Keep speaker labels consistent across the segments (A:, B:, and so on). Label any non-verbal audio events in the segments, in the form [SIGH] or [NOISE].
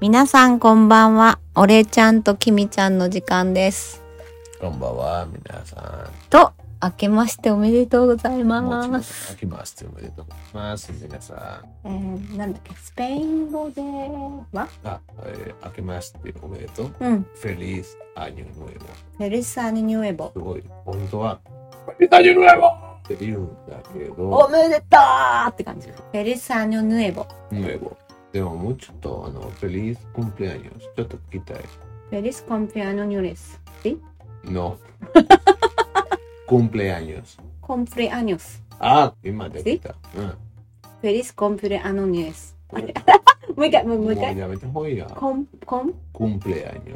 A: 皆さんこんばんは。おれちゃんときみちゃんの時間です。
B: こんばんは、皆さ
A: と、明けましておめでとうござい
B: ん。もちろ
A: ま
B: ん
A: す。
B: 明けましておめでとうございます。皆さ
A: え
B: ん。
A: ー、なんだっけ、スペイン語では
B: あ、えー、明けましておめでとう。
A: うん。
B: フェリースアニューノエボ。
A: フェリスアニニュエボ
B: す。ごい。本当は、フェリースアニューノエボって言うんだけ
A: お
B: ど、
A: めでとうって感じ。フェリスアニニュエボ。
B: ノエボ。でももうちょっと、あの、フェリースコンプレアニュース。ちょっと聞きたい。
A: フェリスコンピアノニュレス。
B: No. cumpleaños.
A: コンプレアニョス。
B: Ah, prima de quita.
A: フェリスコンプレアノニュレ [LAUGHS] ス。もう一回、もうもう一回。コン、コン、
B: cumpleaños.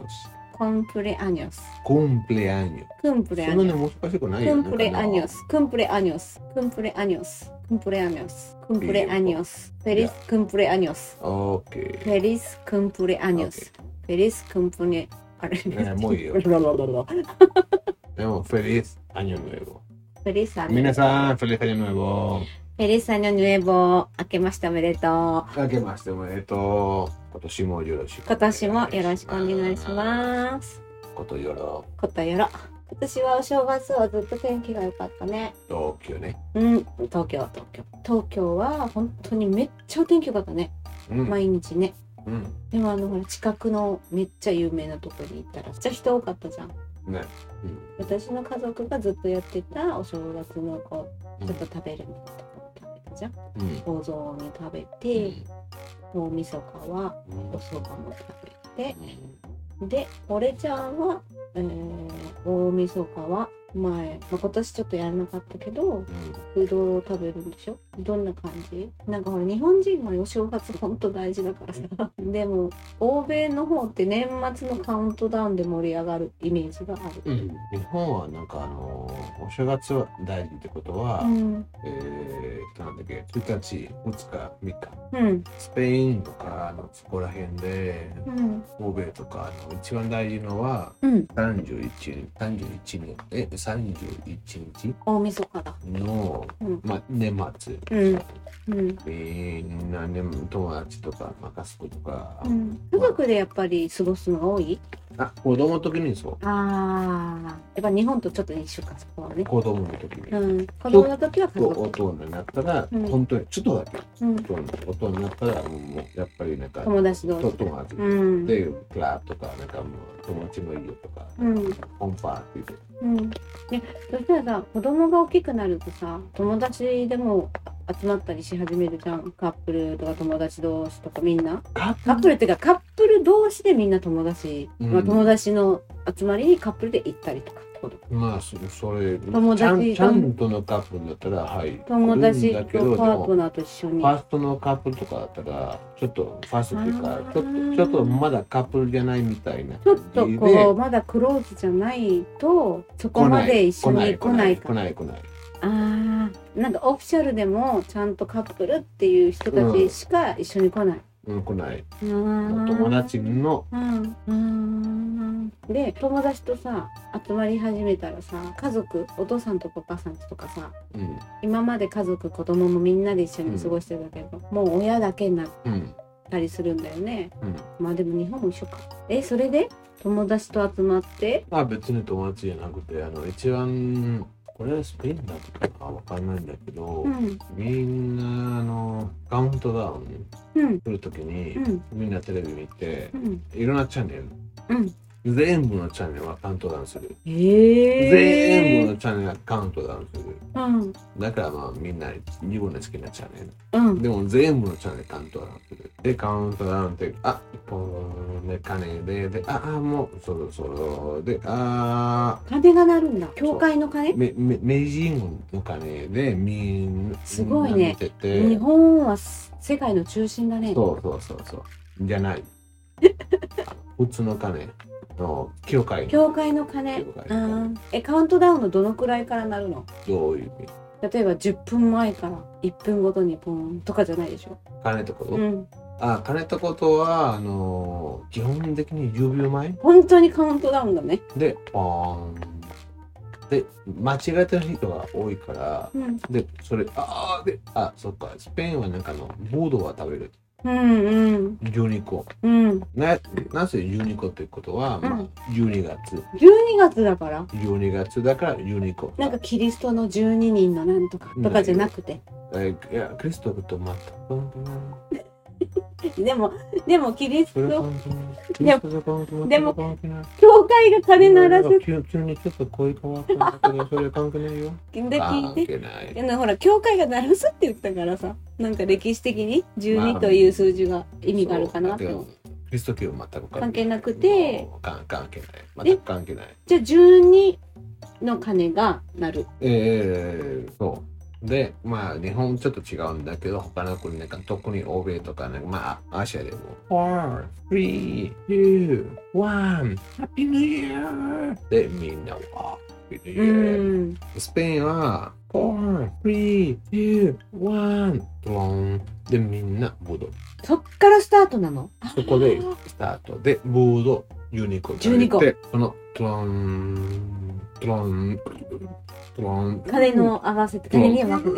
A: コンプレアニョス。
B: Cumpleaños.
A: クンプレアニョス。Cumple años, cumple años, cumple años, cumple años, cumple
B: Bien.
A: años. Feliz cumple años.
B: Ok.
A: Feliz cumple años. Feliz cumple
B: Eh, muy bien. Tenemos feliz año nuevo.
A: Feliz año.
B: Minasan, feliz año nuevo.
A: Feliz año nuevo. 明けましておめでとう。
B: 明けましておめでとう。今年もよろしく。
A: 今年もよろしくお願いします。
B: す。ことよろ、
A: ことよろ。今年はお正月はずっと天気が良かったね。
B: 東京ね。
A: うん、東京、東京。東京は本当にめっちゃお天気良かったね。
B: うん。
A: 毎日ね。
B: うん。
A: でもあのほら近くのめっちゃ有名なとこに行ったらめっちゃ人多かったじゃん
B: ね。
A: 私の家族がずっとやってたお正月のこうちょっと食べるのとかも食べたじゃん
B: うん。
A: お雑煮食べて、大晦日はお蕎麦も食べてで俺ちゃんは、えー、大晦日は前、まあ、今年ちょっとやらなかったけどうどんを食べるんでしょどんな感じなんかほら日本人はお正月ほんと大事だからさでも欧米の方って年末のカウントダウンで盛り上がるイメージがある
B: うん。日本はなんかあのお正月は大事ってことは、
A: うん
B: えー、なんだっけ1日2日3日
A: うん
B: スペインとかあのそこら辺で
A: うん
B: 欧米とかあの一番大事のは
A: うん
B: 31日31日え31日
A: 大晦日だ
B: の、
A: うん
B: まあ、年末、
A: うんうん
B: みんな、ね、友達とか、まあ、家族とか、
A: うん、家族でやっぱり過ごすのが多い
B: あ子供の時にそ
A: あーやっぱ日本とちょっと一緒かそこはね
B: う子供の時に、
A: うん子供の時は家
B: こう
A: 族、
B: 大人になったら、
A: うん
B: 本当にちょっとだけ
A: うん、
B: 大人大人になったらもうやっぱりなんか
A: 友達
B: と
A: 同士で
B: 友達
A: うん
B: で、クラブとか、なんかもう友達の家とか、
A: うん
B: コンパーっていうと
A: うん、ねそしたらさ子供が大きくなるとさ友達でも集まったりし始めるじゃんカップルとか友達同士とかみんな
B: カ
A: カップルっていうかカップル同士でみんな友達、
B: うん
A: まあ、友達の集まりにカップルで行ったりとかってこと
B: まあそそれ
A: 友達
B: ちゃん
A: が
B: ちゃんとのカップルだったらはい
A: 友達と
B: 来るん
A: パ
B: だけどで
A: ー
B: も
A: トナーと一緒
B: フ
A: に
B: ァーストのカップルとかだったらちょっとファーストっていう
A: あ
B: か
A: ー
B: ちょっとちょっとまだカップルじゃないみたいな
A: ちょっ
B: 感じ
A: と
B: で
A: こうまだクローズじゃないとそこまで一緒に来ない
B: 来
A: か
B: ない来ない
A: あーなんかオフィシャルでもちゃんとカップルっていう人たちしか一緒に来ない、
B: うん来ない
A: うん
B: 友達の
A: うんうんで友達とさ集まり始めたらさ家族お父さんとお母さんとかさ
B: うん
A: 今まで家族子供もみんなで一緒に過ごしてたけど、もう親だけになっ
B: うん
A: たりするんだよね
B: うん
A: まあでも日本も一緒かえそれで友達と集まって
B: まあ別に友達じゃなくてあの一番これはスペインだったかわかんないんだけど、
A: うん
B: みんなあのカウントダウン
A: うん
B: するときに、
A: うん
B: みんなテレビ見て
A: うん
B: いろんなチャンネル
A: うん
B: 全部のチャンネルはカウントダウンする、
A: えー、
B: 全部のチャンネルはカウントダウンする
A: うん
B: だからまあみんな日本の好きなチャンネ
A: う
B: ル
A: ん
B: でも全部のチャンネルカウントダウンするでカウントダウンってあポーンで金ででああもうそろそろであ
A: 鐘が鳴るんだ教会の
B: ー
A: 鐘
B: めめ名人の金でみんな
A: すごいね
B: 見てて
A: 日本は世界の中心だね
B: そうそうそうそうじゃない
A: [LAUGHS]
B: 普通の金の教会の
A: 教会の鐘
B: 教
A: う
B: 会の鐘
A: んえカウントダウンのどのくらいからなるの
B: どういう意味
A: 例えば10分前から1分ごとにポンとかじゃないでしょ
B: 金ってこと、
A: うん
B: あ金ってことはあのー基本的に10秒前
A: 本当にカウントダウンだね
B: でポーンで間違えてる人が多いから
A: うん
B: でそれああであそっかスペインはなんかあのボードは食べる
A: うん
B: 12個
A: うんうん
B: ななぜ12個ってことは、まあ
A: うん、
B: 12月
A: 12月だから
B: 12月だから12個
A: なんかキリストの12人のなんとかとかじゃなくて
B: えいやクリストフと全く関係ない
A: でもでもキリス
B: それ
A: ト
B: 関係ない
A: でも
B: クリストフと全く
A: でも
B: 関係ない
A: 教会が鐘鳴らす
B: 急急にちょっと声変わったんだけどそれ関係ないよ
A: で聞いて
B: 関係ない
A: いやほら教会が鳴らすって言ったからさなんか歴史的に12という数字が意味があるかなって
B: そうだけどキリスト教は全く
A: 関係なくて
B: もう関関係ない
A: で
B: 全く関係ない
A: じゃあ12の鐘が鳴る
B: えー、そうでまあ日本ちょっと違うんだけど他の国なんか特に欧米とかなんかまあアジアでも431ハッピーニューイヤーでみんなはハッピーニ
A: う
B: ューイヤー
A: ん
B: スペインは431ドロンでみんなボード
A: そっからスタートなの
B: そこでスタートでボード12個食べてそのトロントロントロン
A: 鐘の合わせて鐘に合わせ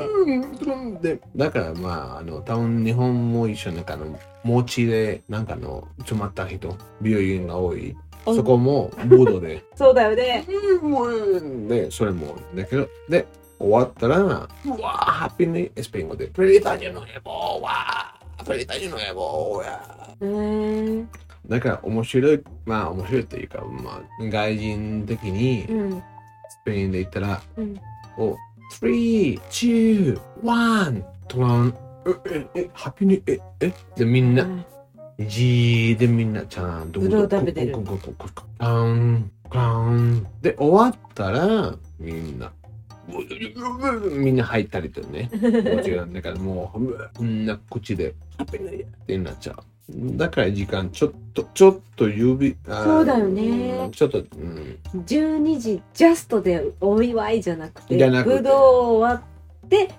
A: て
B: でだからまああの多分日本も一緒なんかあの餅でなんかあの詰まった人病院が多い
A: お
B: そこもボードで
A: そうだよね
B: でそれもだけどで終わったらうわーハッピーにスペイン語でプリタニアのエボーわープリタニアのエボーわ
A: へー
B: ーだから面白いまあ面白いというかまあ外人的に
A: うん
B: スペインで言ったら、
A: うん
B: お321トランえええハッピーにええでみんな
A: [LAUGHS]
B: じーでみんなちゃんと
A: ぶどう食べてる
B: ここここここカーンカーンで終わったらみんなみんな入ったりとねもちろんだからもうこんな口でハッピーニューイヤーってなっちゃうだから時間ちょっとちょっと指あー
A: そうだよね
B: ちょっとうん
A: 12時ジャストでお祝いじゃなくて
B: じゃなくて
A: ぶどう終わって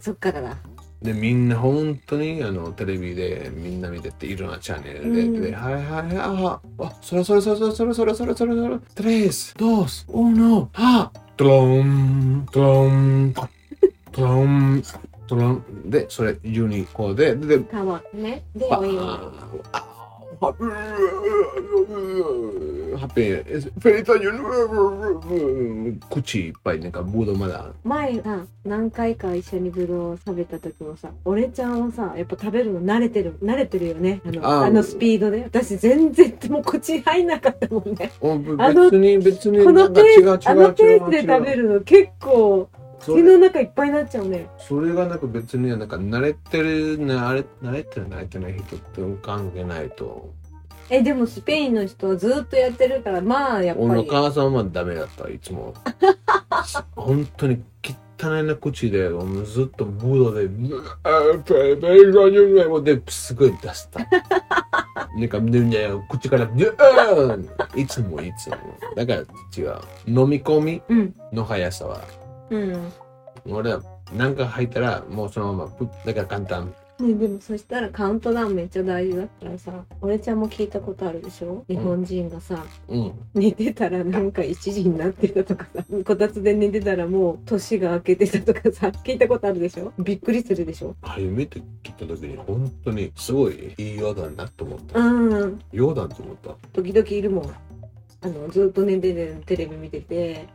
A: そっからだ
B: でみんな本当にあのテレビでみんな見てていろんなチャンネルで、
A: うん
B: ではいはいはいああそれそれそれそれそれそれそれそれそれトレスドースオーノあトロントロントロントロンでそれユニコーででで
A: タワーねで
B: バ
A: お
B: ー
A: 祝い
B: ンあハッピーハッピーフェリタユニ口いっぱいなんかボードまだ
A: 前さ何回か一緒にブドウを食べた時もさ俺ちゃんはさやっぱ食べるの慣れてる慣れてるよねあの
B: あー
A: あのスピードで私全然もう口入んなかったもんね
B: お別
A: あの
B: に別に
A: こ
B: な
A: の
B: んか
A: ペ
B: 違う違う違う違
A: ースあのペースで
B: う
A: 食べるの結構
B: そ
A: 口
B: れ
A: の中いっぱいになっちゃうね
B: それがなんか別になんか慣れてる慣れ慣れてる慣れてない人って関係ないと
A: えでもスペインの人はずっとやってるからまあやっぱ
B: 俺の
A: り
B: 母さんはダメだったいつも [LAUGHS] 本当に汚いな口でもうずっとブードでブーあープレイベーラニューライもですごい出した [LAUGHS] なんかねね口からブーいつもいつもだから違う飲み込み
A: うん
B: の速さは
A: うん
B: 俺はなんか入ったらもうそのままプッだから簡単
A: ね、でもそしたらカウントダウンめっちゃ大事だからさ俺ちゃんも聞いたことあるでしょ日本人がさ、
B: うん
A: 寝てたらなんか1時になってたとかさこたつで寝てたらもう年が明けてたとかさ聞いたことあるでしょびっくりするでしょ
B: 初めて聞いた時に本当にすごいいいようだなと思った。
A: うん
B: ようだと思った。
A: 時々いるもんあのずっと寝ててテレビ見てて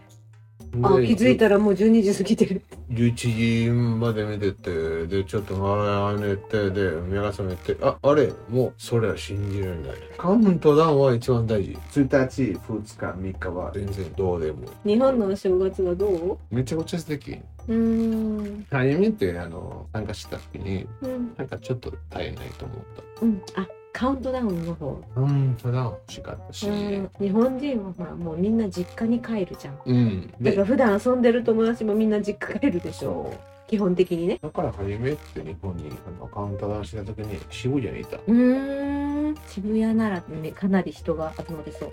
A: あ
B: で
A: 気づいたらもう12時過ぎてる
B: 11時まで見てて、で、ちょっとあれ寝て、で、目が覚めて、あ、あれ、もう、それは信じられない。カウントダウンは一番大事。1日、2日、3日は全然どうでもいい。
A: [LAUGHS] 日本のお正月はど
B: めちゃくちゃ素敵。
A: ううーん
B: 初めて、あの、参加した時に、
A: うん
B: なんかちょっと耐えないと思った。
A: うんあカウントダウンの方
B: カウントダウン欲しかったし、
A: うん日本人はほらもうみんな実家に帰るじゃん
B: うん。
A: だから
B: で、
A: 普段遊んでる友達もみんな実家帰るでしょ
B: そう。
A: 基本的にね
B: だから初めて日本にあのカウントダウンした時に渋谷にいた。
A: うーん渋谷なら、ね、かなり人が集まりそ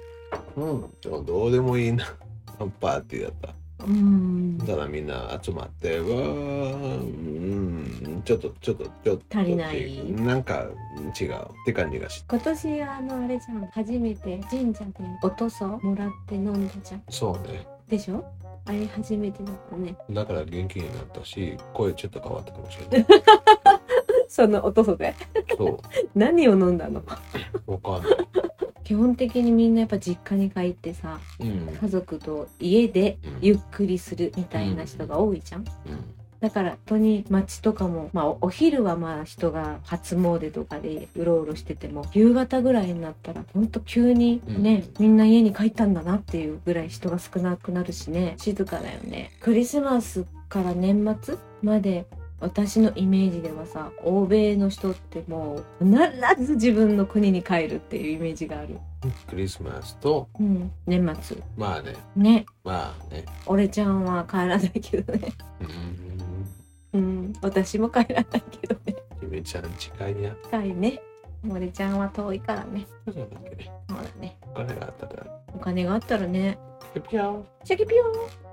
A: う
B: うん。ちょどうでもいいな。 [LAUGHS] パーティーだった。
A: うーん
B: ただみんな集まって、わー、うん、ちょっと、ちょっと、ちょっと。
A: 足りない
B: なんか違うって感じがし
A: 今年あのあれじゃん初めて神社でおとそもらって飲んだじゃん
B: そうね。
A: でしょ会い始めてだったね。
B: だから元気になったし声ちょっと変わったかもし
A: [LAUGHS]
B: れない
A: [LAUGHS] そのおとそで。
B: そ
A: 何を飲んだの
B: うわかんない
A: 基本的にみんなやっぱ実家に帰ってさ、
B: うん
A: 家族と家で
B: うん
A: ゆっくりするみたいな人が多いじゃん。
B: うん
A: だから本当に街とかも、まあ、おお昼はまあ人が初詣とかでうろうろしてても夕方ぐらいになったら本当急にね、みんな家に帰ったんだなっていうぐらい人が少なくなるしね静かだよねクリスマスから年末まで私のイメージではさ欧米の人ってもう必ず自分の国に帰るっていうイメージがある、
B: クリスマスと
A: うん、年末
B: まあね
A: ね
B: まあね
A: 俺ちゃんは帰らないけどね、
B: うん
A: うん、私も帰らないけどね [LAUGHS]
B: 姫ちゃん近いや
A: 近いね森ちゃんは遠いからね
B: そうだっけね
A: そうだね
B: お金があったから
A: お金があったらね
B: ピョン
A: シャキピョーン